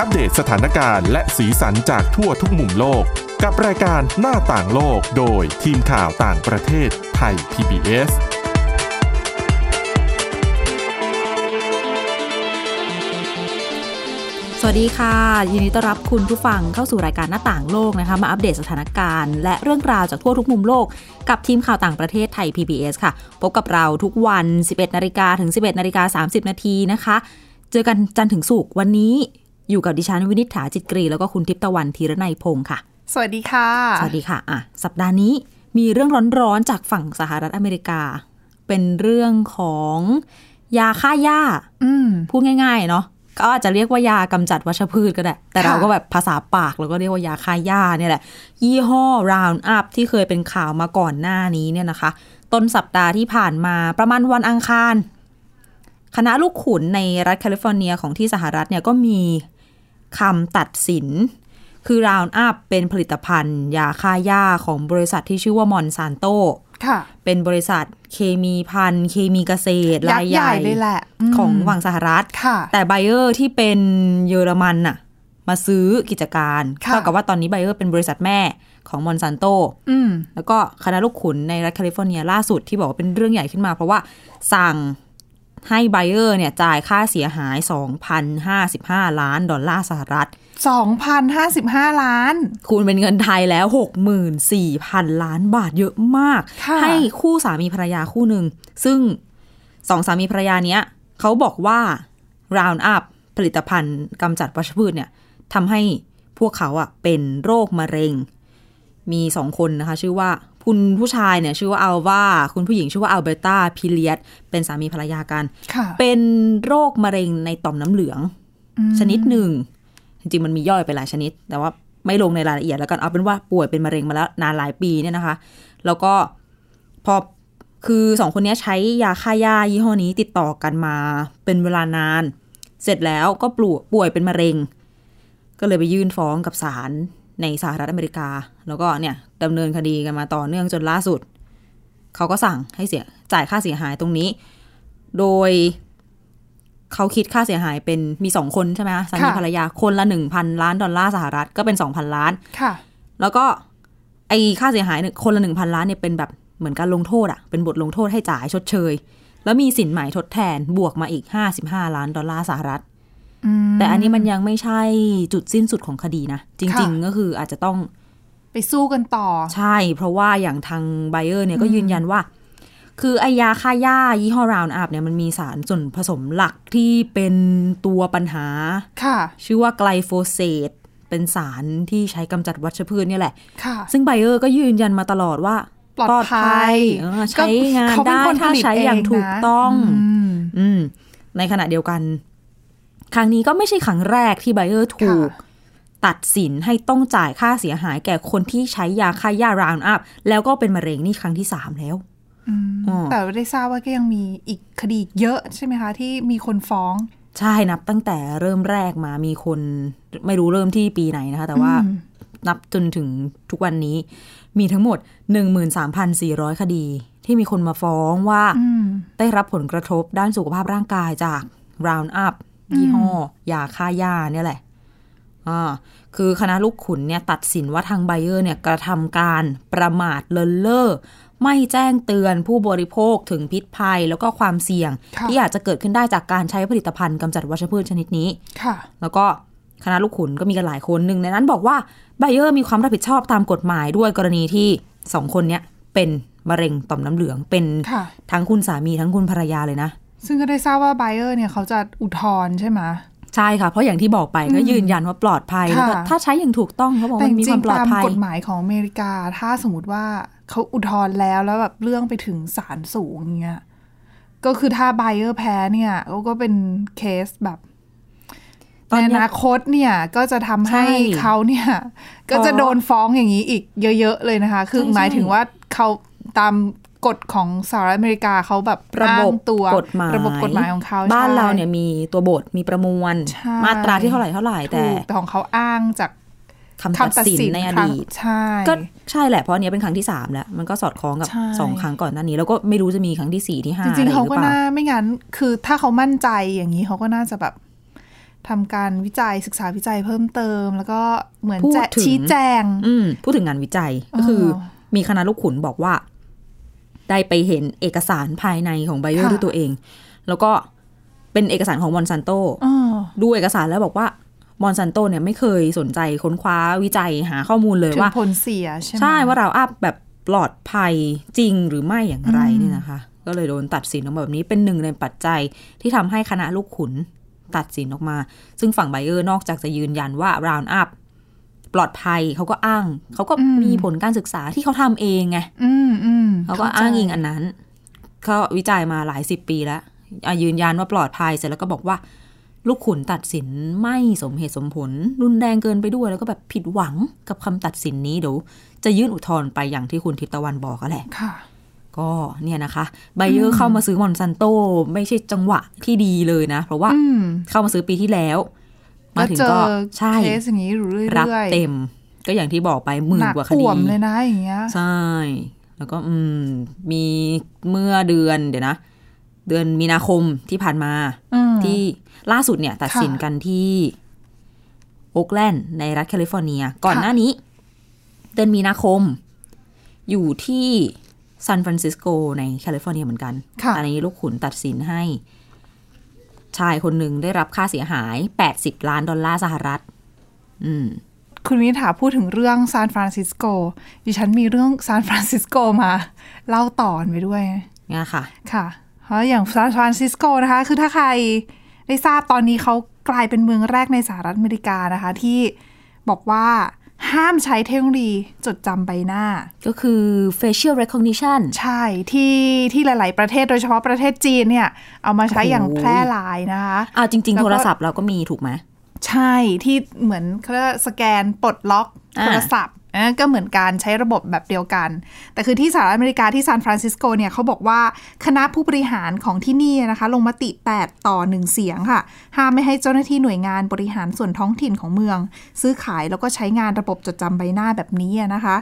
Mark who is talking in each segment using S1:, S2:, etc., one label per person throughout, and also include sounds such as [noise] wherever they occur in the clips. S1: อัปเดตสถานการณ์และสีสันจากทั่วทุกมุมโลก กับรายการหน้าต่างโลกโดยทีมข่าวต่างประเทศไทย PBS
S2: สวัสดีค่ะ ยินดีต้อนรับคุณผู้ฟังเข้าสู่รายการหน้าต่างโลกนะคะ มาอัปเดตสถานการณ์ และเรื่องราวจากทั่วทุกมุมโลก กับทีมข่าวต่างประเทศไทย PBS ค่ะ พบกับเราทุกวัน 11นาฬิกาถึง 11นาฬิกา30 นาทีนะคะ เจอกันจันทร์ถึงศุกร์วันนี้อยู่กับดิฉันวินิษฐาจิตกรี แล้วก็คุณทิพย์ตะวันธีรนัยพงค์ค่ะ
S3: สวัสดีค่ะ
S2: สวัสดีค่ะอ่ะ สัปดาห์นี้มีเรื่องร้อนๆจากฝั่งสหรัฐอเมริกา เป็นเรื่องของยาฆ่าหญ้า
S3: อืม
S2: พูดง่ายๆเนาะก็อาจจะเรียกว่ายากำจัดวัชพืชก็ได้ แต่
S3: ค่ะ
S2: เราก็แบบภาษาปากเราก็เรียกว่ายาฆ่าหญ้าเนี่ยแหละ ยี่ห้อ Round Up ที่เคยเป็นข่าวมาก่อนหน้านี้เนี่ยนะคะ ต้นสัปดาห์ที่ผ่านมาประมาณวันอังคาร คณะลูกขุนในรัฐแคลิฟอร์เนียของที่สหรัฐเนี่ยก็มีคำตัดสิน คือ Round Up เป็นผลิตภัณฑ์ ยาฆ่าหญ้าของบริษัทที่ชื่อว่ามอนซานโต
S3: ค่ะ
S2: เป็นบริษัทเคมีพันธุ์เคมีเกษตร
S3: ยั
S2: ราก ย
S3: ษ์
S2: ให
S3: ใหญ่
S2: ญ่
S3: เลยแหละม
S2: ของฝั่งสหรัฐ
S3: ค่ะ
S2: แต่ไบเออร์ที่เป็นเยอรมันน่ะ มาซื้อกิจการ
S3: ค่ะ
S2: เท่ากับว่าตอนนี้ไบเออร์เป็นบริษัทแม่ของมอนซันโต
S3: อืม
S2: แล้วก็คณะลูกขุนในรัฐแคลิฟอร์เนียล่าสุดที่บอกว่าเป็นเรื่องใหญ่ขึ้นมา เพราะว่าสั่งให้ไบเออร์เนี่ยจ่ายค่าเสียหาย 2,055 ล้านดอลลาร์สหรัฐ
S3: 2,055 ล้าน
S2: คูณเป็นเงินไทยแล้ว 64,000 ล้านบาทเยอะมาก
S3: ค่ะ
S2: ให้คู่สามีภรรยาคู่หนึ่ง ซึ่งสองสามีภรรยาเนี้ยเขาบอกว่า Round Up ผลิตภัณฑ์กำจัดวัชพืชเนี่ยทำให้พวกเขาอะเป็นโรคมะเร็ง มีสองคนนะคะ ชื่อว่าคุณผู้ชายเนี่ยชื่อว่าอัลวาคุณผู้หญิงชื่อว่าอัลเบรตาพิเลียตเป็นสามีภรรยากัน
S3: ค่ะ
S2: เป็นโรคมะเร็งในต่อมน้ำเหลือง
S3: อืม
S2: ชนิดหนึ่ง จริงๆ มันมีย่อยไปหลายชนิด แต่ว่าไม่ลงในรายละเอียดแล้วกันเอาเป็นว่าป่วยเป็นมะเร็งมาแล้วนานหลายปีเนี่ยนะคะ แล้วก็พอคือสองคนเนี้ยใช้ยาฆ่าหญ้ายี่ห้อนี้ติดต่อกันมาเป็นเวลานาน เสร็จแล้วก็ปลวป่วยเป็นมะเร็ง ก็เลยไปยื่นฟ้องกับศาลในสหรัฐอเมริกา แล้วก็เนี่ยดำเนินคดีกันมาต่อเนื่องจนล่าสุด เขาก็สั่งให้เสียจ่ายค่าเสียหายตรงนี้ โดยเขาคิดค่าเสียหายเป็นมีสองคนใช่ไหมคะสามี
S3: ค่ะ
S2: ภรรยาคนละหนึ่งพันล้านดอลลาร์สหรัฐก็เป็นสองพันล้าน
S3: ค่ะ
S2: แล้วก็ไอค่าเสียหายเนี่ยคนละหนึ่งพันล้านเนี่ยเป็นแบบเหมือนการลงโทษอะเป็นบทลงโทษให้จ่ายชดเชย แล้วมีสินใหม่ทดแทนบวกมาอีกห้าสิบห้าล้านดอลลาร์สหรัฐ
S3: อืม
S2: แต่อันนี้มันยังไม่ใช่จุดสิ้นสุดของคดีนะ จ
S3: ค่ะ
S2: ริง ๆ ก็คืออาจจะต้อง
S3: ไปสู้กันต่อ
S2: ใช่ เพราะว่าอย่างทางไบเออร์เนี่ยก็ยืนยันว่า คือไอยาฆ่าหญ้ายี่ห้อราวน์อัพเนี่ยมันมีสารส่วนผสมหลักที่เป็นตัวปัญหา
S3: ค่ะ
S2: ชื่อว่าไกลโฟเซตเป็นสารที่ใช้กำจัดวัชพืชเนี่ยแหละ
S3: ค่ะ
S2: ซึ่งไบเออร์ก็ยืนยันมาตลอดว่า
S3: ปลอดภัย
S2: เออใช้งาน
S3: ก็เขา
S2: ได้
S3: เป็นคนผ
S2: ถ้า
S3: ลิต
S2: ใช้อย่าง
S3: เองนะ
S2: ถูกต้อง
S3: อืม
S2: อืม ในขณะเดียวกัน ครั้งนี้ก็ไม่ใช่ครั้งแรกที่ไบเออร์ถูก
S3: ค่ะ
S2: ตัดสินให้ต้องจ่ายค่าเสียหายแก่คนที่ใช้ยาฆ่าหญ้าราวน์อัพ แล้วก็เป็นมะเร็งนี่ครั้งที่สามแล้ว
S3: อืม
S2: อ๋อ
S3: แต่ได้ทราบว่าก็ยังมีอีกคดีเยอะใช่ไหมคะ ที่มีคนฟ้อง
S2: ใช่นับตั้งแต่เริ่มแรกมามีคนไม่รู้เริ่มที่ปีไหนนะคะ แต่ว่า
S3: อืม
S2: นับจนถึงทุกวันนี้ มีทั้งหมด 13,400 คดี ที่มีคนมาฟ้องว่า
S3: อืม
S2: ได้รับผลกระทบด้านสุขภาพร่างกายจาก Round Up ยี่ห้อ ยาฆ่าหญ้าเนี่ยแหละ อ่า คือคณะลูกขุนเนี่ยตัดสินว่าทางไบเออร์เนี่ยกระทำการประมาทเลินเล่อ ไม่แจ้งเตือนผู้บริโภคถึงพิษภัยแล้วก็ความเสี่ยง
S3: ค่ะ
S2: ที่อาจจะเกิดขึ้นได้จากการใช้ผลิตภัณฑ์กำจัดวัชพืชชนิดนี้
S3: ค่ะ
S2: แล้วก็คณะลูกขุนก็มีกันหลายคนหนึ่งในนั้นบอกว่าไบเออร์มีความรับผิดชอบตามกฎหมายด้วยกรณีที่สองคนเนี่ยเป็นมะเร็งต่อมน้ำเหลืองเป็น
S3: ค่ะ
S2: ทั้งคุณสามีทั้งคุณภรรยาเลยนะ
S3: ซึ่งก็ได้ทราบว่าไบเออร์เนี่ยเขาจะอุทธรณ์ใช่ไหม
S2: ใช่ค่ะ เพราะอย่างที่บอกไปก็ยืนยันว่าปลอดภัย
S3: ค่ะ
S2: แล้วก็ถ้าใช้อย่างถูกต้องเขาบอก
S3: แต่
S2: ว่า
S3: จ
S2: มันมีค
S3: ริ
S2: วาง มปลอ
S3: ๆ
S2: ด
S3: ตาม
S2: ภัย
S3: กฎหมายของอเมริกา ถ้าสมมติว่าเขาอุทธรณ์แล้วแล้วแบบเรื่องไปถึงศาลสูงเงี้ยก็คือถ้าไบเออร์แพ้เนี่ยเขาก็เป็นเคสแบบ
S2: ตอน
S3: ใน
S2: เนี้ย
S3: อนาคตเนี่ยก็จะทำให้
S2: ใช่
S3: เขาเนี่ย ก็จะโดนฟ้องอย่างนี้อีกเยอะๆเลยนะคะ คือ
S2: ใช่
S3: หมายถึง
S2: ใช่
S3: ว่าเขาตามกฎของสหรัฐอเมริกาเขาแบบ
S2: ระบบ
S3: อ้างตัว
S2: กฎหมาย
S3: ระบบกฎหมายของเขา
S2: บ้าน
S3: ใช่
S2: เราเนี่ยมีตัวบทมีประมวล
S3: ใช่
S2: มาตราที่เท่าไหร่เท่าไหร่แต่
S3: ถูกแต่ของเขาอ้างจาก
S2: คำตัด
S3: คำตัด
S2: สิน
S3: สิน
S2: ในอ
S3: ครั้ง
S2: ดีต
S3: ใช่
S2: ก็ใช่แหละเพราะอันเนี้ยเป็นครั้งที่สามแล้ว มันก็สอดคล้องกับ
S3: ใช่
S2: สองครั้งก่อนหน้านี้ แล้วก็ไม่รู้จะมีครั้งที่สี่ที่ห้า
S3: จริ
S2: อะ
S3: งๆ
S2: ไห
S3: เขา
S2: อ
S3: ก็
S2: ปล่
S3: น่าไม่งั้น คือถ้าเขามั่นใจอย่างนี้เขาก็น่าจะแบบ ทำการวิจัยศึกษาวิจัยเพิ่มเติม แล้วก็เหมือน
S2: พูด
S3: จะ
S2: ถึง
S3: ชี้แจง
S2: อืมพูดถึงงานวิจัยก็คืออมีคณะลูกขุนบอกว่า ได้ไปเห็นเอกสารภายในของไบเออร์
S3: ค่ะ
S2: ด้วยตัวเอง แล้วก็เป็นเอกสารของมอนซันโต
S3: อ๋อ
S2: ดูเอกสารแล้วบอกว่ามอนซันโตเนี่ยไม่เคยสนใจค้นคว้าวิจัยหาข้อมูลเลย
S3: ถึง
S2: ว่า
S3: ผลเสียใช่ไหม
S2: ใช่ว่าเราอัพแบบปลอดภัยจริงหรือไม่อย่างไรเนี่ยนะคะ ก็เลยโดนตัดสินออกมาแบบนี้เป็นหนึ่งในปัจจัยที่ทำให้คณะลูกขุนตัดสินออกมา ซึ่งฝั่งไบเออร์นอกจากจะยืนยันว่า round up ปลอดภัยเขาก็อ้าง เขาก็มีผลการศึกษาที่เขาทำเองไง
S3: อืมอืม
S2: เขาก็
S3: ข้ใจ
S2: อ้างอิงอันนั้นเขาวิจัยมาหลายสิบปีแล้วอ่ะยืนยันว่าปลอดภัยเสร็จแล้วก็บอกว่า ลูกขุนตัดสินไม่สมเหตุสมผล รุนแรงเกินไปด้วยแล้วก็แบบผิดหวังกับคำตัดสินนี้เดี๋ยวจะยื่นอุทธรณ์ไปอย่างที่คุณทิพย์ตะวันบอกก็แหละ
S3: ค่ะ
S2: ก็เนี่ยนะคะไบเออร์เข้ามาซื้อมอนซันโต ไม่ใช่จังหวะที่ดีเลยนะ เพราะว่า
S3: อืม
S2: เข้ามาซื้อปีที่แล้ว มา
S3: แล้ว
S2: ถึง
S3: เจอ
S2: ก็ใช่
S3: เคสอย่างนี้อยู่เรื่อยๆ
S2: รับเต็ม ก็อย่างที่บอกไปหมื่
S3: ห
S2: น
S3: นัก
S2: กว่าค
S3: อ่
S2: ดี
S3: วมเลยนะอย่างเงี้ย
S2: ใช่ แล้วก็อืมมีเมื่อเดือนเดี๋ยวนะ เดือนมีนาคมที่ผ่านมา
S3: อืม
S2: ที่ล่าสุดเนี่ยตัดสิน
S3: ค่ะ
S2: กันที่โอ๊กแลนด์ในรัฐแคลิฟอร์เนีย ก่อน
S3: ค่ะ
S2: หน้านี้ เดือนมีนาคม อยู่ที่ซานฟรานซิสโกในแคลิฟอร์เนียเหมือนกัน
S3: ค่ะ
S2: อันนี้ลูกขุนตัดสินให้ ชายคนหนึ่งได้รับค่าเสียหาย 80 ล้านดอลลาร์สหรัฐ อืม
S3: คุณวินิถาพูดถึงเรื่องซานฟรานซิสโกดิฉันมีเรื่องซานฟรานซิสโกมา เล่าต่อนไปด้วย
S2: เนี่ยค่ะ
S3: ค่ะเพราะอย่างซานฟรานซิสโกนะคะ คือถ้าใครได้ทราบตอนนี้เขากลายเป็นเมืองแรกในสหรัฐอเมริกานะคะ ที่บอกว่าห้ามใช้เทคโนโลยีจดจำใบหน้า
S2: ก็คือ facial recognition
S3: ใช่ที่ที่หลาย ๆ ประเทศโดยเฉพาะประเทศจีนเนี่ย เอามาใช้อย่าง
S2: โอ้โห
S3: แพร่หลายนะคะ
S2: อ้าวจริงๆ
S3: แล้วก็
S2: โทรศัพท์เราก็มีถูกไหม
S3: ใช่ที่เหมือนเขาเรียกว่าสแกนปลดล็อก
S2: อ่า
S3: โทรศัพท์อันนั้นก็เหมือนการใช้ระบบแบบเดียวกัน แต่คือที่สหรัฐอเมริกาที่ซานฟรานซิสโกเนี่ยเขาบอกว่าคณะผู้บริหารของที่นี่นะคะ ลงมติ 8 ต่อ 1 เสียงค่ะ ห้ามไม่ให้เจ้าหน้าที่หน่วยงานบริหารส่วนท้องถิ่นของเมือง ซื้อขายแล้วก็ใช้งานระบบจดจำใบหน้าแบบนี้อะนะคะ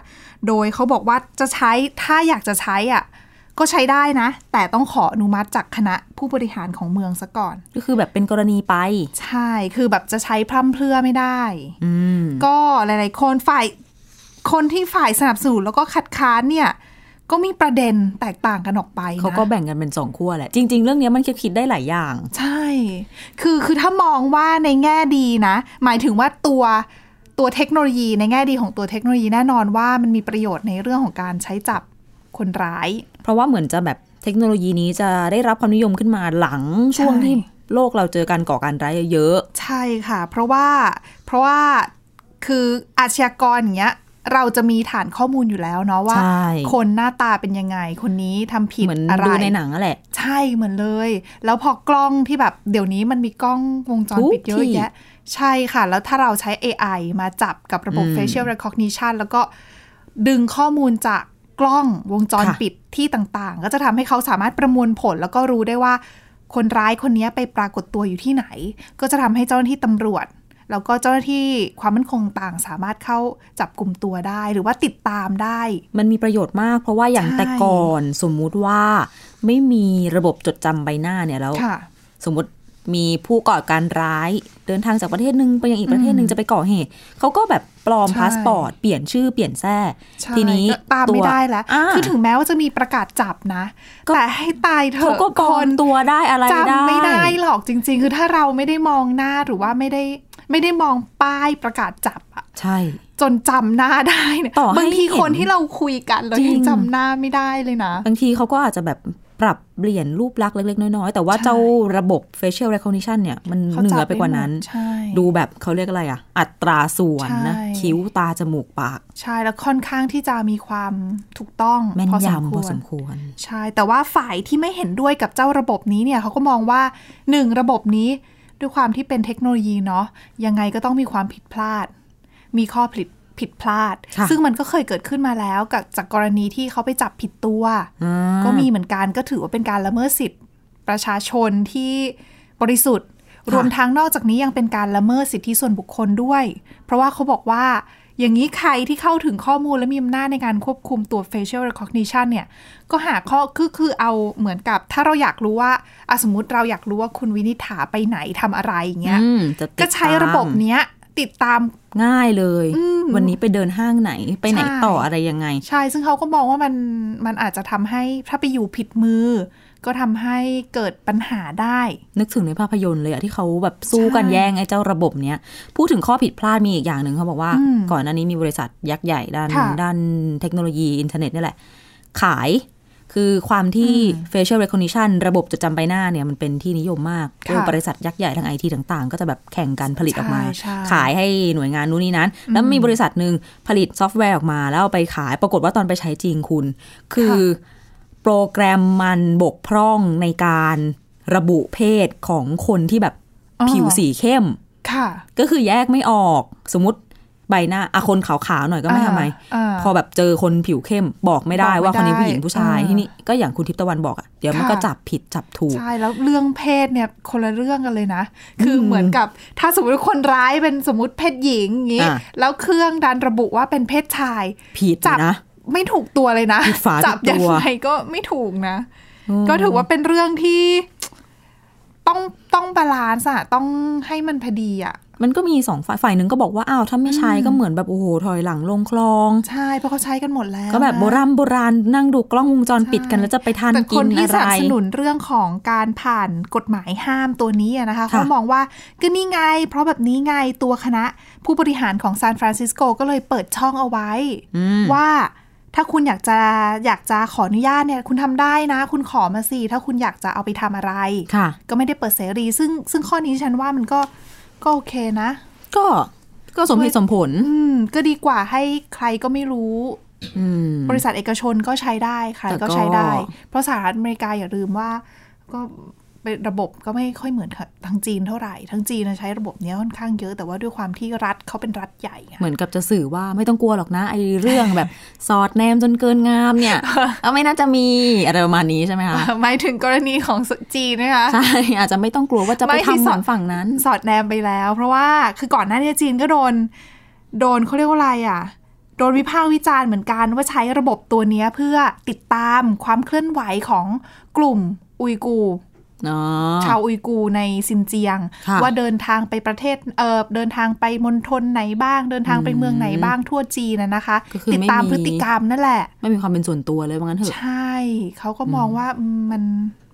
S3: โดยเขาบอกว่าจะใช้ถ้าอยากจะใช้อ่ะก็ใช้ได้นะ แต่ต้องขออนุมัติจากคณะผู้บริหารของเมืองซะก่อน
S2: ก็คือแบบเป็นกรณีไป
S3: ใช่คือแบบจะใช้พร่ำเพรื่อไม่ได้
S2: อืม
S3: ก็หลาย ๆ คนฝ่ายคนที่ฝ่ายสนับสนุนแล้วก็คัดค้านเนี่ย ก็มีประเด็นแตกต่างกันออกไปนะ
S2: เขาก็แบ่งกันเป็นสองขั้วแหละ จริง ๆ เรื่องเนี้ยมันคิดได้หลายอย่าง
S3: ใช่ คือคือถ้ามองว่าในแง่ดีนะ หมายถึงว่าตัวตัวเทคโนโลยีในแง่ดีของตัวเทคโนโลยีแน่นอนว่ามันมีประโยชน์ในเรื่องของการใช้จับคนร้าย
S2: เพราะว่าเหมือนจะแบบเทคโนโลยีนี้จะได้รับความนิยมขึ้นมาหลัง
S3: ใช่
S2: ช่วงที่โลกเราเจอการก่อการร้ายเยอะ
S3: ใช่ค่ะ เพราะว่าเพราะว่าคืออาชญากรอย่างเงี้ยเราจะมีฐานข้อมูลอยู่แล้วเนาะว่า
S2: ใช่
S3: คนหน้าตาเป็นยังไง คนนี้ทำผิด
S2: เหมือน
S3: อะไร
S2: ดูในหนังอะแหละ
S3: ใช่เหมือนเลย แล้วพอกล้องที่แบบเดี๋ยวนี้มันมีกล้องวงจรปิด
S2: ทุก
S3: เยอะ
S2: ที่
S3: แยะ ใช่ค่ะ แล้วถ้าเราใช้ AI มาจับกับระบบ
S2: อืม
S3: facial recognition แล้วก็ดึงข้อมูลจากกล้องวงจร
S2: ค่ะ
S3: ปิดที่ต่างๆ ก็จะทำให้เขาสามารถประมวลผล แล้วก็รู้ได้ว่าคนร้ายคนนี้ไปปรากฏตัวอยู่ที่ไหน ก็จะทำให้เจ้าหน้าที่ตำรวจ แล้วก็เจ้าหน้าที่ความมั่นคงต่างสามารถเข้าจับกลุ่มตัวได้ หรือว่าติดตามได้
S2: มันมีประโยชน์มาก เพราะว่าอย่าง
S3: ใช่
S2: แต่ก่อนสมมุติว่าไม่มีระบบจดจำใบหน้าเนี่ยแล้ว
S3: ค่ะ
S2: สมมติมีผู้ก่อการร้ายเดินทางจากประเทศหนึ่งไปยังอีกประเทศหนึ่งจะไปก่อเหตุ เขาก็แบบปลอม
S3: ใช่
S2: พาสปอร์ต เปลี่ยนชื่อเปลี่ยนแทร่
S3: ใช่
S2: ทีนี้
S3: ก็ตามไม่ได้แล้ว
S2: า
S3: คือถึงแม้ว่าจะมีประกาศจับนะ
S2: ก็
S3: แต่ให้ตายเถ
S2: เขา
S3: อะ
S2: ก็ปลอ
S3: ค
S2: มตัวได้อะไรได้
S3: จำไม่ได้หรอกจริง ๆ คือถ้าเราไม่ได้มองหน้าหรือว่าไม่ได้ไม่ได้มองป้ายประกาศจับอะ
S2: ใช่
S3: จนจำหน้าได้เนี่ย
S2: ต่อให้
S3: บางที
S2: เห็น
S3: คนที่เราคุยกันเรา
S2: จริง
S3: ยังจำหน้าไม่ได้เลยนะ
S2: บางทีเขาก็อาจจะแบบปรับเปลี่ยนรูปลักษณ์เล็ก ๆ น้อย ๆ แต่ว่า
S3: ใช่
S2: เจ้าระบบ facial recognition เนี่ย มัน
S3: ขา
S2: เหนื
S3: จับ
S2: อไปกว่านั้น
S3: ด้หมดใช่
S2: ดูแบบเขาเรียกอะไรอะอัตราส่วนนะ
S3: ใช่
S2: คิ้วตา จมูกปาก
S3: ใช่แล้วค่อนข้างที่จะมีความถูกต้อง
S2: แม่น
S3: พอสมค
S2: ยำพ
S3: ว
S2: อ
S3: ร
S2: สมควร
S3: ใช่ แต่ว่าฝ่ายที่ไม่เห็นด้วยกับเจ้าระบบนี้เนี่ยเขาก็มองว่า 1. ระบบนี้ด้วยความที่เป็นเทคโนโลยีเนาะยังไงก็ต้องมีความผิดพลาด มีข้อผิดผิดพลาด
S2: ค่ะ
S3: ซึ่งมันก็เคยเกิดขึ้นมาแล้วกับจากกรณีที่เขาไปจับผิดตัว
S2: อ่า
S3: ก็มีเหมือนกันก็ถือว่าเป็นการละเมิดสิทธิประชาชนที่บริสุทธิ์ รวมทั้งนอกจากนี้ยังเป็นการละเมิดสิทธิส่วนบุคคลด้วย เพราะว่าเขาบอกว่า อย่างนี้ใครที่เข้าถึงข้อมูลและมีอำนาจในการควบคุมตัว facial recognition เนี่ย ก็หาข้อคือคือเอาเหมือนกับ ถ้าเราอยากรู้ว่าอะสมมติเราอยากรู้ว่าคุณวินิษฐาไปไหนทำอะไรอย่างเงี้ย
S2: อืมจะติด
S3: ก็ใช้ระบบ
S2: ตาม
S3: เนี้ยติดตาม
S2: ง่ายเลย
S3: อืม
S2: วันนี้ไปเดินห้างไหนไปไหน
S3: ใช่
S2: ต่ออะไรยังไง
S3: ใช่ ซึ่งเขาก็มองว่ามันมันอาจจะทำให้ถ้าไปอยู่ผิดมือ ก็ทำให้เกิดปัญหาได้
S2: นึกถึงในภาพยนตร์เลยอะที่เขาแบบสู้กัน
S3: ใช่
S2: แย่งไอ้เจ้าระบบเนี้ยพูดถึงข้อผิดพลาดมีอีกอย่างหนึ่งเขาบอกว่า
S3: อืม
S2: ก่อนหน้านี้มีบริษัทยักษ์ใหญ่ด้าน
S3: ค่ะ
S2: ด้านเทคโนโลยีอินเทอร์เน็ตนี่แหละ ขายคือความที่ facial recognition ระบบจดจำใบหน้าเนี่ยมันเป็นที่นิยมมาก
S3: ค่ะ
S2: พวกบริษัทยักษ์ใหญ่ทางไอทีต่างๆ ก็จะแบบแข่งกันผลิตออกมา
S3: ใช่ใช่
S2: ขายให้หน่วยงานนู้นนี่นั้น แล้วมีบริษัทหนึ่งผลิตซอฟต์แวร์ออกมา แล้วเอาไปขายปรากฏว่าตอนไปใช้จริงคุณ คือ
S3: ค่ะ
S2: โปรแกรมมันบกพร่องในการระบุเพศของคนที่แบบ
S3: อ๋อ
S2: ผิวสีเข้ม
S3: ค่ะ
S2: ก็คือแยกไม่ออก สมมติใบหน้าอะคนขาวๆหน่อยก็ไม่ทำไม
S3: อ่า
S2: พอแบบเจอคนผิวเข้มบอกไม่ได้
S3: บอกไม่
S2: ว่าคนนี้ผู้หญิง
S3: ได้
S2: ผู้ชาย
S3: อ่า
S2: ที่นี่ก็อย่างคุณทิพย์ตะวันบอกอะเดี๋ยวมัน
S3: ค่ะ
S2: ก็จับผิดจับถูก
S3: ใช่แล้วเรื่องเพศเนี่ยคนละเรื่องกันเลยนะ คือเหมือนกับถ้าสมมติคนร้ายเป็นสมมติเพศหญิงอย่างงี้
S2: อ่ะ
S3: แล้วเครื่องดันระบุว่าเป็นเพศชาย
S2: ผิด
S3: จับ
S2: นะ
S3: ไม่ถูกตัวเลยนะ
S2: ผิดฝา
S3: จั
S2: ผิด
S3: ยั
S2: ตัว
S3: ไงก็ไม่ถูกนะ ก็ถือว่าเป็นเรื่องที่ ต้องต้องบาลานซ์อะต้องให้มันพอดีอะ
S2: มันก็มีสองฝ่ายฝ่ายหนึ่งก็บอกว่าอ้าวถ้าไม่ใช้ก็เหมือนแบบโอ้โหถอยหลังลงคลอง
S3: ใช่เพราะเขาใช้กันหมดแล้ว
S2: ก็แบบ
S3: นะ
S2: โบราณโบราณนั่งดูกล้องวงจร
S3: ใช่
S2: ปิดกันแล้วจะไปทาน
S3: แต่ค
S2: กิ
S3: น
S2: น
S3: ที่
S2: อะ
S3: ส
S2: ไร
S3: นับสนุนเรื่องของการผ่านกฎหมายห้ามตัวนี้อะนะคะ
S2: ค่ะ
S3: เขามองว่าก็นี่ไง เพราะแบบนี้ไงตัวคณะผู้บริหารของซานฟรานซิสโกก็เลยเปิดช่องเอาไว้
S2: อืม
S3: ว่าถ้าคุณอยากจะอยากจะขออนุญาตเนี่ยคุณทำได้นะ คุณขอมาสิถ้าคุณอยากจะเอาไปทำอะไร
S2: ค่ะ
S3: ก็ไม่ได้เปิดเสรี ซึ่งซึ่งข้อนี้ฉันว่ามันก็ก็โอเคนะ
S2: ก็ก็สมเหตุสมผล
S3: อืม ก็ดีกว่าให้ใครก็ไม่รู้
S2: อืม
S3: บริษัทเอกชนก็ใช้ได้ใคร
S2: แต่ก็
S3: ก็ใช้ได้ เพราะสหรัฐอเมริกาอย่าลืมว่า ก็เป็นระบบก็ไม่ค่อยเหมือนทางจีนเท่าไหร่ทางจีนน่ะใช้ระบบเนี้ยค่อนข้างเยอะแต่ว่าด้วยความที่รัฐเขาเป็นรัฐใหญ่ไง
S2: เหมือนกับจะสื่อว่าไม่ต้องกลัวหรอกนะไอ้เรื่องแบบ สอดแนมจนเกินงาม
S3: [laughs]
S2: เนี่ย เอาไม่น่าจะมีอะไรประมาณนี้ใช่ไหมคะ
S3: หมายถึงกรณีของจีนนะคะ
S2: ใช่ อาจจะไม่ต้องกลัวว่าจะไป
S3: ไม่ที่
S2: ทำเห
S3: ส
S2: มื
S3: อ
S2: อ
S3: ด
S2: นฝั่งนั้น
S3: สอดแนมไปแล้ว เพราะว่าคือก่อนหน้านี้จีนก็โดน โดนเขาเรียกว่าอะไรอ่ะ โดนวิพากษ์วิจารณ์เหมือนกันว่าใช้ระบบตัวเนี้ยเพื่อติดตามความเคลื่อนไหวของกลุ่มอุยกูร์
S2: เนาะ
S3: ชาวอุยกูร์ในซินเจียง
S2: ค่ะ
S3: ว่าเดินทางไปประเทศเออเดินทางไปมณฑลไหนบ้าง เดินทางไปเมืองไหนบ้างทั่วจีนนะนะคะ
S2: ก็คือ
S3: ติด
S2: ไม่
S3: ตาม
S2: มี
S3: พฤติกรรมนั่นแหละ
S2: ไม่มีความเป็นส่วนตัวเลยว่างั้นเถอะ
S3: ใช่ เขาก็มองว่ามัน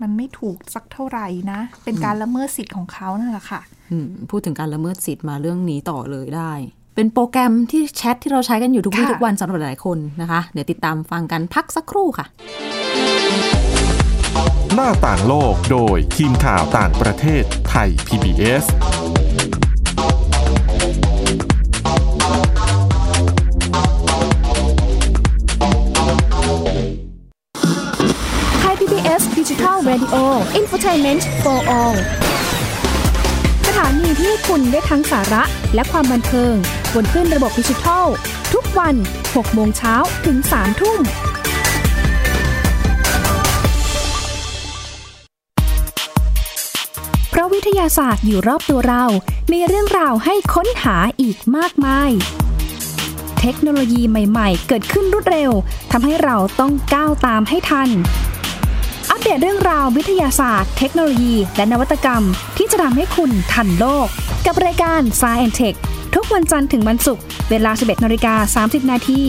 S3: มันไม่ถูกสักเท่าไหร่นะ เป็นการละเมิดสิทธิ์ของเขานั่นแหละค่ะ
S2: อืมพูดถึงการละเมิดสิทธิ์มาเรื่องนี้ต่อเลยได้ เป็นโปรแกรมที่แชทที่เราใช้กันอยู่ทุกวี่
S3: ค่ะ
S2: ทุกวันสำหรับหลายคนนะคะ เดี๋ยวติดตามฟังกันพักสักครู่ค่ะ
S1: หน้าต่างโลกโดยทีมข่าวต่างประเทศไทย PBS
S4: ไทย PBS Digital Radio Infotainment for All สถานีที่คุณได้ทั้งสาระและความบันเทิงบนขึ้นระบบดิจิทัล ทุกวัน 6 โมงเช้าถึง 3 ทุ่ม เพราะวิทยาศาสตร์อยู่รอบตัวเรา มีเรื่องราวให้ค้นหาอีกมากมาย เทคโนโลยีใหม่ๆ เกิดขึ้นรวดเร็วทำให้เราต้องก้าวตามให้ทัน อัปเดตเรื่องราววิทยาศาสตร์ เทคโนโลยี และนวัตกรรม ที่จะทำให้คุณทันโลก กับรายการ s าย n Tech ทุกวันจันทร์ถึงวันศุกร์เวลา 11นาฬิกา30 นาที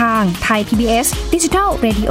S4: ทางไทย PBS Digital Radio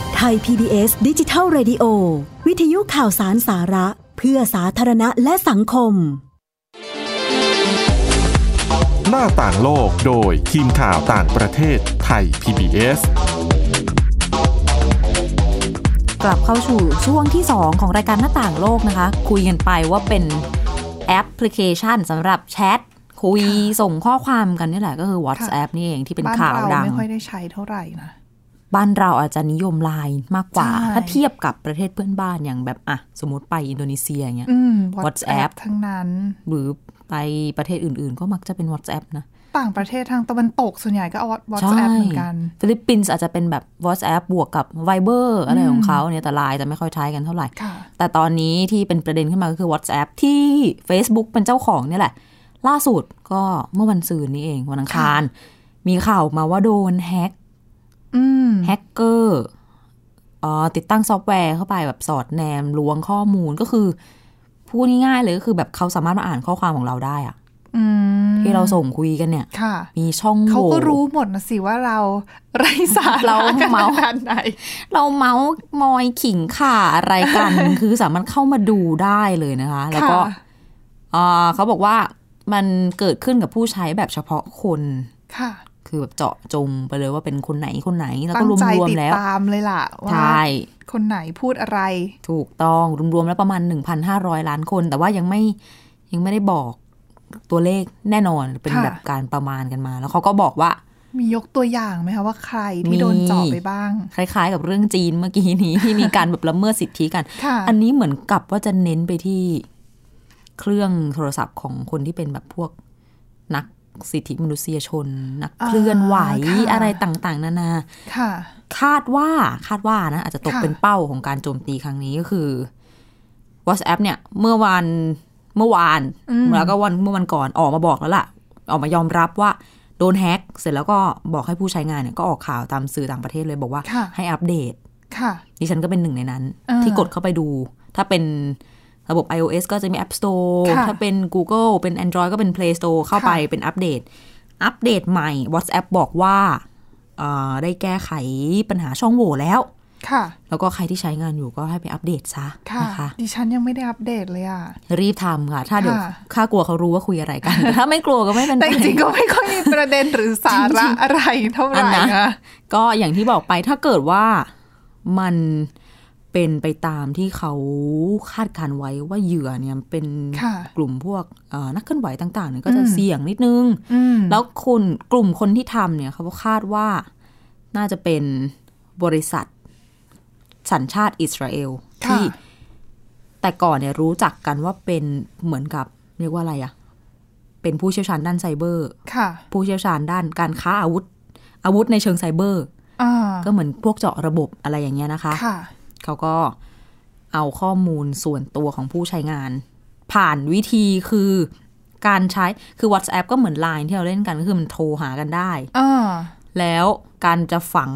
S4: ไท
S5: ไทย PBS ดิจิทัล Radio วิทยุข่าวสารสาระ เพื่อสาธารณะและสังคม
S1: หน้าต่างโลกโดยทีมข่าวต่างประเทศไทย PBS
S2: กลับเข้าสู่ช่วงที่ 2 ของรายการหน้าต่างโลกนะคะ คุยกันไปว่าเป็นแอปพลิเคชันสำหรับแชท คุยส่งข้อความกันนี่แหละก็คือ WhatsApp นี่เองที่เป็น
S3: บ้าน
S2: ข่าว
S3: เรา
S2: ดัง
S3: ไม่ค่อยได้ใช้เท่าไหร่นะ
S2: บ้านเราอาจจะนิยมไลน์มากกว่า
S3: ใช่
S2: ถ้าเทียบกับประเทศเพื่อนบ้านอย่างแบบอ่ะสมมติไปอินโดนีเซียอย่างเงี้ย
S3: อืม
S2: WhatsApp
S3: WhatsApp ทั้งนั้น
S2: หรือไปประเทศอื่นๆ ก็มักจะเป็น WhatsApp นะ
S3: ต่างประเทศทางตะวันตกส่วนใหญ่ก็เอา WhatsApp
S2: ใช่
S3: เหมือนกัน
S2: ฟิลิปปินส์อาจจะเป็นแบบ WhatsApp บวกกับ Viber อะไร
S3: อืม
S2: ของเขาเนี่ยแต่ไลน์จะไม่ค่อยใช้กันเท่าไหร่
S3: ค่ะ
S2: แต่ตอนนี้ที่เป็นประเด็นขึ้นมาก็คือ WhatsApp ที่ Facebook เป็นเจ้าของเนี่ยแหละ ล่าสุดก็เมื่อวันศุกร์นี้เองวันอังคาร มีข่าวมาว่าโดนแฮก
S3: อืม
S2: แฮกเกอร์เอ่อติดตั้งซอฟต์แวร์เข้าไปแบบสอดแนมล้วงข้อมูลก็คือพูดง่ายๆเลยก็คือแบบเขาสามารถมาอ่านข้อความของเราได้อะ
S3: อืม
S2: ที่เราส่งคุยกันเนี่ย
S3: ค่ะ
S2: มีช่อง
S3: เขา
S2: โห
S3: ก็
S2: ว่
S3: รู้หมดนะสิว่าเราไร้สาระ
S2: เรา
S3: ข
S2: เมา
S3: นาดไหน
S2: เราเมาส์มอยขิงข่าอะไรกัน [laughs] คือสามารถเข้ามาดูได้เลยนะคะ แล้วก็
S3: ค่ะ
S2: เอ่อเขาบอกว่ามันเกิดขึ้นกับผู้ใช้แบบเฉพาะคน
S3: ค่ะ
S2: คือแบบเจาะจงไปเลยว่าเป็นคนไหนคนไหน แล้ว
S3: ตั้
S2: ก็
S3: ง
S2: รวม
S3: ใจ
S2: รวม
S3: ติด
S2: ๆแล้ว
S3: ตามเลยล่ะ ว่า
S2: ใช่
S3: คนไหนพูดอะไร
S2: ถูกต้องรวมๆแล้วประมาณ 1,500 ล้านคน แต่ว่ายังไม่ยังไม่ได้บอกตัวเลขแน่นอนเป็น
S3: ค่ะ
S2: แบบการประมาณกันมา แล้วเขาก็บอกว่า
S3: มียกตัวอย่างไหมคะว่าใครที่โดนเจอบไปบ้าง
S2: คล้ายๆ กับเรื่องจีนเมื่อกี้นี้ [laughs] ที่มีการแบบละเมิดสิทธิกัน
S3: ค่ะ
S2: อันนี้เหมือนกับว่าจะเน้นไปที่เครื่องโทรศัพท์ของคนที่เป็นแบบพวกนักสิทธิมนุษยชน นัก
S3: อ่า
S2: เคลื่อนไหว
S3: ค่ะ
S2: อะไรต่างๆ นานา
S3: ค่ะ
S2: คาดว่าคาดว่านะ อาจจะตก
S3: ค่ะ
S2: เป็นเป้าของการโจมตีครั้งนี้ก็คือ WhatsApp เนี่ย เมื่อวันเมื่อวานแล้วก็วันเมื่อวันก่อนออกมาบอกแล้วล่ะ ออกมายอมรับว่าโดนแฮ็กเสร็จแล้วก็บอกให้ผู้ใช้งานเนี่ยก็ออกข่าวตามสื่อต่างประเทศเลยบอกว่า
S3: ค่ะ
S2: ให้อัปเดต
S3: ค่ะ
S2: ดิฉันก็เป็นหนึ่งในนั้น
S3: อ่า
S2: ที่กดเข้าไปดู ถ้าเป็นระบบ iOS ก็จะมี App Store
S3: ค่ะ
S2: ถ้าเป็น Google เป็น Android ก็เป็น Play Store เข้าไป
S3: ค่ะ
S2: เป็นอัปเดต อัปเดตใหม่ WhatsApp บอกว่าเอ่อได้แก้ไขปัญหาช่องโหว่แล้ว
S3: ค่ะ
S2: แล้วก็ใครที่ใช้งานอยู่ก็ให้ไปอัปเดตซะ
S3: ค่ะ
S2: นะคะ
S3: ดิฉันยังไม่ได้อัปเดตเลยอ่ะ
S2: รีบทำค่ะ ถ้าเดี๋ยว
S3: ค่ะ
S2: ค่ากลัวเขารู้ว่าคุยอะไรกัน [laughs] แต่ถ้าไม่กลัวก็ไม่เป็นไร
S3: แต่จริงๆก็ไม่ค่อยมีประเด็นหรือสาระอะไรเท่าไหร่
S2: อันนะ
S3: นะ
S2: ก็อย่างที่บอกไปถ้าเกิดว่ามันเป็นไปตามที่เขาคาดการไว้ว่าเหยื่อเนี่ยเป็น
S3: ค่ะ
S2: กลุ่มพวกเอ่อนักเคลื่อนไหวต่างๆเนี่ยก็จะ
S3: อืม
S2: เสี่ยงนิดนึง
S3: อืม
S2: แล้วคนกลุ่มคนที่ทำเนี่ยเขาคาดว่าน่าจะเป็นบริษัทสัญชาติอิสราเอล
S3: ค่ะ
S2: ที่แต่ก่อนเนี่ยรู้จักกันว่าเป็นเหมือนกับเรียกว่าอะไรอะเป็นผู้เชี่ยวชาญด้านไซเบอร์
S3: ค่ะ
S2: ผู้เชี่ยวชาญด้านการค้าอาวุธ อาวุธในเชิงไซเบอร์
S3: อ่า
S2: ก็เหมือนพวกเจาะระบบอะไรอย่างเงี้ยนะคะ
S3: ค่ะ
S2: เขาก็เอาข้อมูลส่วนตัวของผู้ใช้งาน ผ่านวิธีคือการใช้คือ WhatsApp ก็เหมือน Line ที่เราเล่นกันก็คือมันโทรหากันได้
S3: อ่า
S2: แล้วการจะฝัง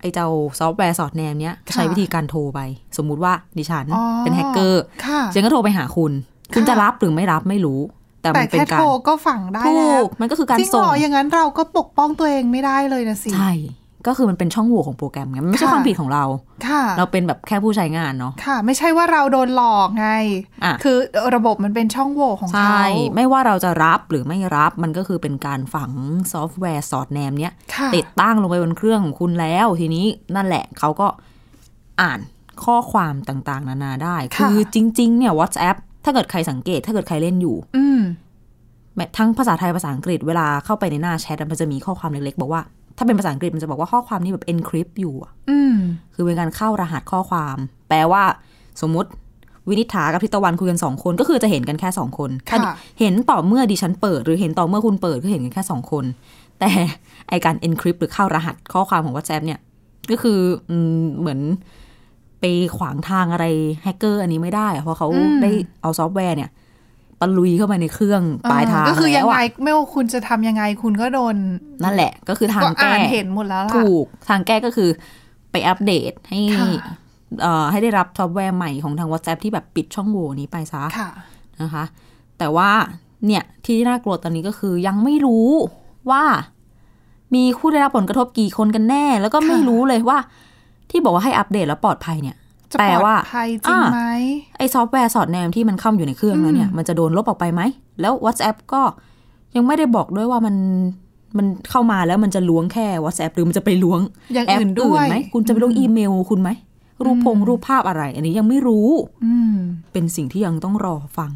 S2: ไอ้เจ้าซอฟต์แวร์สอดแนมเนี้ย
S3: ค่ะ
S2: ใช้วิธีการโทรไป สมมุติว่าดิฉัน
S3: อ๋อ
S2: เป็นแฮกเกอร์
S3: ค่ะ
S2: ฉันก็โทรไปหาคุณ คุณ
S3: ค่ะ
S2: จะรับหรือไม่รับไม่รู้ แต่
S3: แต่
S2: มันเป็น
S3: แค่
S2: การ
S3: โทรก็ฝังได้
S2: ถู
S3: แล้ว
S2: กมันก็คือการ
S3: จริง
S2: ส่
S3: เหรง ออย่างนั้นเราก็ปกป้องตัวเองไม่ได้เลยนะสิ
S2: ใช่ ก็คือมันเป็นช่องโหว่ของโปรแกรมไงมันไม่ใช่
S3: ค่ะ
S2: ความผิดของเรา
S3: ค่ะ
S2: เราเป็นแบบแค่ผู้ใช้งานเนาะ
S3: ค่ะ ไม่ใช่ว่าเราโดนหลอกไง
S2: อ่ะ
S3: คือระบบมันเป็นช่องโหว่ของ
S2: ใช
S3: เขา
S2: ่ ไม่ว่าเราจะรับหรือไม่รับมันก็คือเป็นการฝังซอฟต์แวร์สอดแนมเนี้ย
S3: ค่ะ
S2: ติดตั้งลงไปบนเครื่องของคุณแล้ว ทีนี้นั่นแหละเขาก็อ่านข้อความต่างๆ นานาได้ คือจริง ๆ เนี่ย WhatsApp ถ้าเกิดใครสังเกต ถ้าเกิดใครเล่นอยู่
S3: อืม
S2: แม้ทั้งภาษาไทยภาษาอังกฤษเวลาเข้าไปในหน้าแชทอะมันจะมีข้อความเล็กๆ บอกว่า ถ้าเป็นภาษาอังกฤษมันจะบอกว่าข้อความนี้แบบ encrypt อยู่อะ
S3: อืม
S2: คือเป็นการเข้ารหัสข้อความ แปลว่า สมมติวินิษฐากับทิตะวันคุยกันสองคน ก็คือจะเห็นกันแค่สองคน
S3: ค่ะ
S2: ถ้าเห็นต่อเมื่อดิฉันเปิด หรือเห็นต่อเมื่อคุณเปิดก็เห็นกันแค่สองคน แต่ไอการ encrypt หรือเข้ารหัสข้อความของ WhatsApp เนี่ย ก็คืออืมเหมือนไปขวางทางอะไรแฮกเกอร์อันนี้ไม่ได้อะเพราะเขาได้เอาซอฟต์แวร์เนี่ยตะลุยเข้าไปในเครื่องปลายทาง
S3: ก็คือยั
S2: แล้ว
S3: งไง
S2: อะ
S3: ไม่ว่าคุณจะทำยังไงคุณก็โดน
S2: นั่นแหละ ก็คือทาง
S3: ก็
S2: แก้
S3: อ่านเห็นหมดแล้วล่ะ
S2: ถูกทางแก้ก็คือไปอัปเดตให้
S3: ค่ะ
S2: เอ่อให้ได้รับซอฟต์แวร์ใหม่ของทาง WhatsApp ที่แบบปิดช่องโหว่นี้ไปซะ
S3: ค่ะ
S2: นะคะ แต่ว่าเนี่ยที่น่ากลัวตอนนี้ก็คือยังไม่รู้ว่ามีผู้ได้รับผลกระทบกี่คนกันแน่ แล้วก็ไม่
S3: ค่ะ
S2: รู้เลยว่า ที่บอกว่าให้อัปเดตแล้วปลอดภัยเนี่ย
S3: จะ
S2: แปล
S3: ปลอ
S2: ว่า
S3: ดภัยจริง
S2: อ่า
S3: ไหม
S2: ไอซอฟต์แวร์สอดแนมที่มันเข้าอยู่ในเครื่องแล้วเนี่ยมันจะโดนลบออกไปไหม แล้ว WhatsApp ก็ยังไม่ได้บอกด้วยว่ามันมันเข้ามาแล้วมันจะล้วงแค่ WhatsApp หรือมันจะไปล้วง
S3: อย่าง
S2: แอป
S3: อื่นด้วย
S2: ไหมคุณจะไปล้วงอีเมลคุณไหม รูปพงรูปภาพอะไร อันนี้ยังไม่รู้
S3: อืม
S2: เป็นสิ่งที่ยังต้องรอฟัง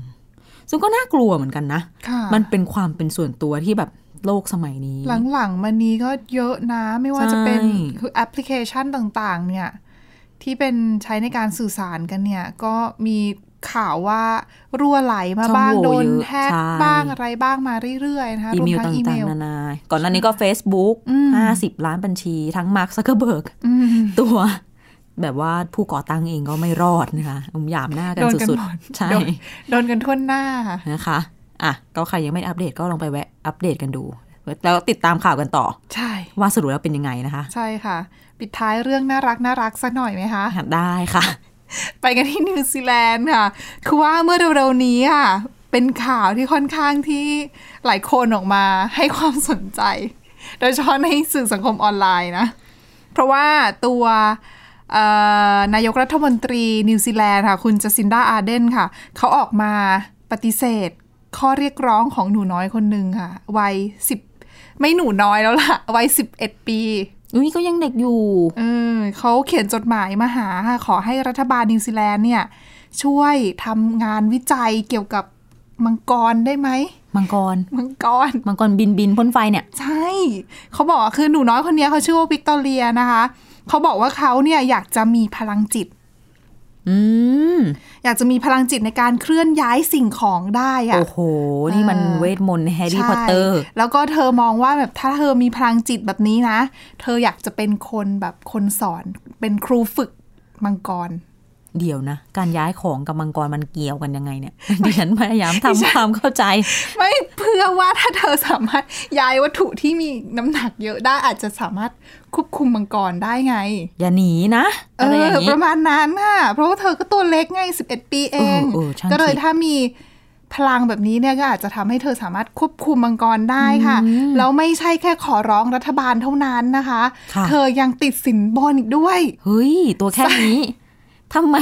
S2: ซึ่งก็น่ากลัวเหมือนกันนะ
S3: ค่ะ
S2: มันเป็นความเป็นส่วนตัวที่แบบโลกสมัยนี้
S3: หลังๆมานี้ก็เยอะนะไม่ว่าจะเป็น
S2: ใช่
S3: คือแอปพลิเคชันต่างๆ เนี่ย ที่เป็นใช้ในการสื่อสารกันเนี่ย ก็มีข่าวว่ารั่วไหลมาบ้าง
S2: ช่อง
S3: โด
S2: โหว่
S3: น
S2: เยอะ
S3: แฮก
S2: ใช่
S3: บ้างอะไรบ้างมาเรื่อยๆนะคะ
S2: อี
S3: รว
S2: เม
S3: ม
S2: ล
S3: ทั้งอีเม
S2: ต่างๆ
S3: ล
S2: นานา ก่อนหน้านี้ก็ Facebook
S3: อืม
S2: ห้าสิบล้านบัญชีทั้งมาร์คซักเกอร์เบิร์ก
S3: อืม
S2: ตัวแบบว่าผู้ก่อตั้งเองก็ไม่รอดนะคะอุ้มหยามหน้ากัน
S3: โดนกัน
S2: สุด
S3: หมด
S2: ๆ ใช่
S3: โดนโดนกันทั่วหน้า
S2: นะคะอ่ะก็ใครยังไม่อัปเดตก็ลองไปแวะอัปเดตกันดู แล้วติดตามข่าวกันต่อ
S3: ใช่
S2: ว่าสรุปแล้วเป็นยังไงนะคะ
S3: ใช่ค่ะ ปิดท้ายเรื่องน่ารักน่ารักสักหน่อยไหมคะ
S2: อ่ะได้ค่ะ
S3: ไปกันที่นิวซีแลนด์ค่ะ คือว่าเมื่อเร็วๆนี้อ่ะ เป็นข่าวที่ค่อนข้างที่หลายคนออกมาให้ความสนใจ โดยเฉพาะในสื่อสังคมออนไลน์นะ เพราะว่าตัวเอ่อนายกรัฐมนตรีนิวซีแลนด์ค่ะ คุณจ c ซินดาอาร์เดนค่ะ เขาออกมาปฏิเสธ ข้อเรียกร้องของหนูน้อยคนหนึ่งค่ะ วัยสิบไม่หนูน้อยแล้วล่ะ วัยสิบเอ็ดปี
S2: อุ้ยก็ยังเด็กอยู่
S3: เออเขาเขียนจดหมายมาหาค่ะขอให้รัฐบาลนิวซีแลนด์เนี่ย ช่วยทำงานวิจัยเกี่ยวกับมังกรได้ไหม
S2: มังกร
S3: มังกร
S2: มังกรบินบินพ่นไฟเนี่ย
S3: ใช่ เขาบอกว่าคือหนูน้อยคนเนี้ยเขาชื่อว่าวิกตอเรียนะคะ เขาบอกว่าเขาเนี่ยอยากจะมีพลังจิต
S2: อืม
S3: อยากจะมีพลังจิตในการเคลื่อนย้ายสิ่งของได้อะ
S2: โอ้โห นี่มัน
S3: เออ
S2: เวทมนต์แฮร์รี่พอตเตอร์
S3: ใช่แล้วก็เธอมองว่าแบบถ้าเธอมีพลังจิตแบบนี้นะ เธออยากจะเป็นคนแบบคนสอน เป็นครูฝึกมังกร
S2: เดี๋ยวนะ การย้ายของกับมังกรมันเกี่ยวกันยังไงเนี่ยดิฉันพยายามทำความเข้าใจ
S3: ไม่เพื่อว่าถ้าเธอสามารถย้ายวัตถุที่มีน้ำหนักเยอะได้อาจจะสามารถควบคุมมังกรได้ไง
S2: อย่าหนีนะ
S3: เอ
S2: อะไรอ
S3: อย่าง
S2: นี้
S3: ประมาณนั้นน่ะเพราะว่าเธอก็ตัวเล็กไง 11 ปีเอง
S2: เออเออช่าง
S3: ก็เลย
S2: คิด
S3: ถ้ามีพลังแบบนี้เนี่ยก็อาจจะทำให้เธอสามารถควบคุมมังกรได้ค่ะ แล้วไม่ใช่แค่ขอร้องรัฐบาลเท่านั้นนะคะ
S2: ค่ะ
S3: เธอยังติดสินบนอีกด้วย
S2: เฮ้ย ตัวแค่นี้ ทำไม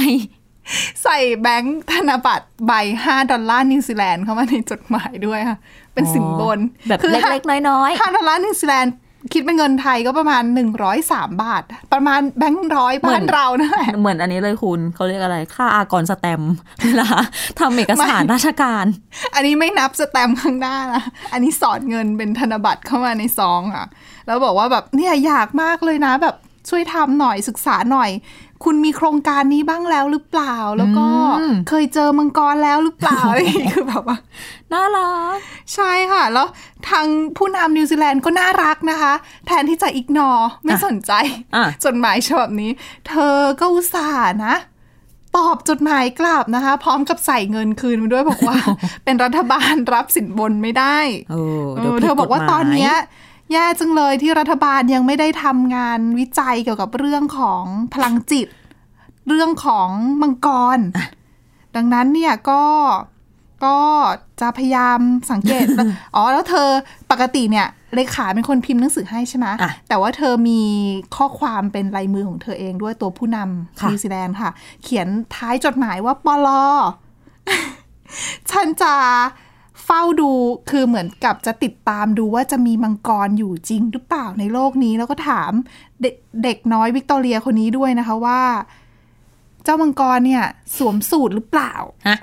S3: ใส่แบงค์ธนบัตรใบ 5 ดอลลาร์นิวซีแลนด์เข้ามาในจดหมายด้วยค่ะ เป็นสินบน
S2: อ๋อแบบ
S3: คือ
S2: เล็กๆน้อยๆ
S3: ห้าดอลลาร์นิวซีแลนด์คิดเป็นเงินไทยก็ประมาณ 103 บาท ประมาณแบงค์ร้อยบ้านเรานั่นแหละ
S2: เหมือนอันนี้เลยคุณเขาเรียกอะไร ค่าอากรสแตมป์ [laughs] เวลาทำเอกสารราชการ
S3: อันนี้ไม่นับสแตมป์ข้างหน้านะ อันนี้สอดเงินเป็นธนบัตรเข้ามาในซองอ่ะ แล้วบอกว่าแบบเนี่ยอยากมากเลยนะ แบบช่วยทำหน่อยศึกษาหน่อย คุณมีโครงการนี้บ้างแล้วหรือเปล่า แล้วก็เคยเจอมังกรแล้วหรือเปล่า [laughs] อะไรอย่างงี้คือแบบว่า
S2: น่ารัก
S3: ใช่ค่ะ แล้วทางผู้นำนิวซีแลนด์ก็น่ารักนะคะ แทนที่จะอิกนอไม่สนใจ
S2: อ่ะ
S3: จดหมายฉบับนี้ เธอก็อุตส่าห์นะ ตอบจดหมายกลับนะคะ พร้อมกับใส่เงินคืนมาด้วย
S2: [laughs]
S3: บอกว่า เป็นรัฐบาลรับสินบนไม่ได้
S2: โอ้
S3: เอ
S2: เดี๋ยว
S3: อ
S2: ผิด
S3: เธอบอกว่าตอนเนี้ยแย่จังเลยที่รัฐบาลยังไม่ได้ทำงานวิจัยเกี่ยวกับเรื่องของพลังจิต เรื่องของมังกร ดังนั้นเนี่ยก็ก็จะพยายามสังเก
S2: [laughs]
S3: ต อ๋อแล้วเธอปกติเนี่ยเลขาเป็นคนพิมพ์หนังสือให้ใช่ไหม
S2: อ่ะ
S3: แต่ว่าเธอมีข้อความเป็นลายมือของเธอเองด้วยตัวผู้นำ
S2: ค่ะ
S3: นิวซีแลนด์ค่ะ เขียนท้ายจดหมายว่าปลอ [laughs] ฉันจะเฝ้าดูคือเหมือนกับจะติดตามดูว่าจะมีมังกรอยู่จริงหรือเปล่าในโลกนี้ แล้วก็ถามเด็กเด็กน้อยวิกตอเรียคนนี้ด้วยนะคะว่า เจ้ามังกรเนี่ย สวมสูตรหรือเปล่า
S2: ฮะ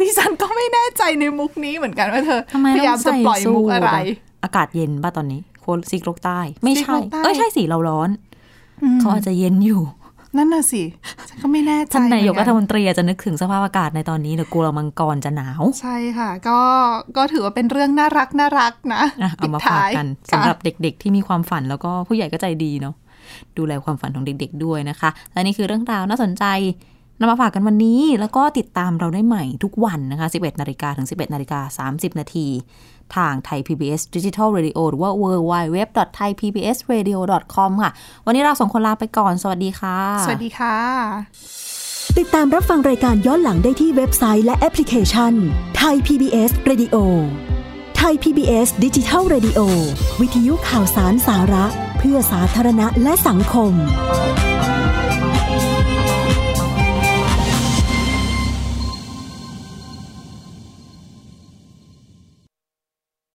S3: ดิฉันก็ไม่แน่ใจในมุกนี้เหมือนกันว่าเธอ
S2: ทำไม
S3: พยายามจะปล่อยมุกอะไร
S2: อากาศเย็นป่ะตอนนี้โคซีกโลกใต้ ไม่
S3: ซีก
S2: ใช่
S3: โลกใต้
S2: เอ้ยใช่สิเราร้อน เขาอาจจะเย็นอยู่
S3: นั่นน่ะสิฉันก็ไม่แน่ใจ
S2: ท่านนายก
S3: เหมือ
S2: รั
S3: กั
S2: ฐมนตรีอาจจะนึกถึงสภาพอากาศในตอนนี้เดี๋ยวกลัวมังกรจะหนาว
S3: ใช่ค่ะ ก็ก็ถือว่าเป็นเรื่องน่ารักน่ารักนะ
S2: อ่ะเอามา
S3: ปิด
S2: ฝาก
S3: ท้ย
S2: กันสำห
S3: ค่ะ
S2: รับเด็กๆ ที่มีความฝันแล้วก็ผู้ใหญ่ก็ใจดีเนาะดูแลความฝันของเด็ก ๆ ด้วยนะคะ และนี่คือเรื่องราวน่าสนใจนำมาฝากกันวันนี้ แล้วก็ติดตามเราได้ใหม่ทุกวันนะคะ 11 นาฬิกาถึง 11 นาฬิกา 30 นาที ทางไทย PBS Digital Radio หรือว่า www.thaipbsradio.com ค่ะ วันนี้เราสองคนลาไปก่อน สวัสดีค่ะ
S3: สวัสดีค่ะ
S5: ติดตามรับฟังรายการย้อนหลังได้ที่เว็บไซต์และแอปพลิเคชันไทย PBS Radio ไทย PBS ดิจิทัล Radio วิทยุข่าวสารสาระ เพื่อสาธารณะและสังคม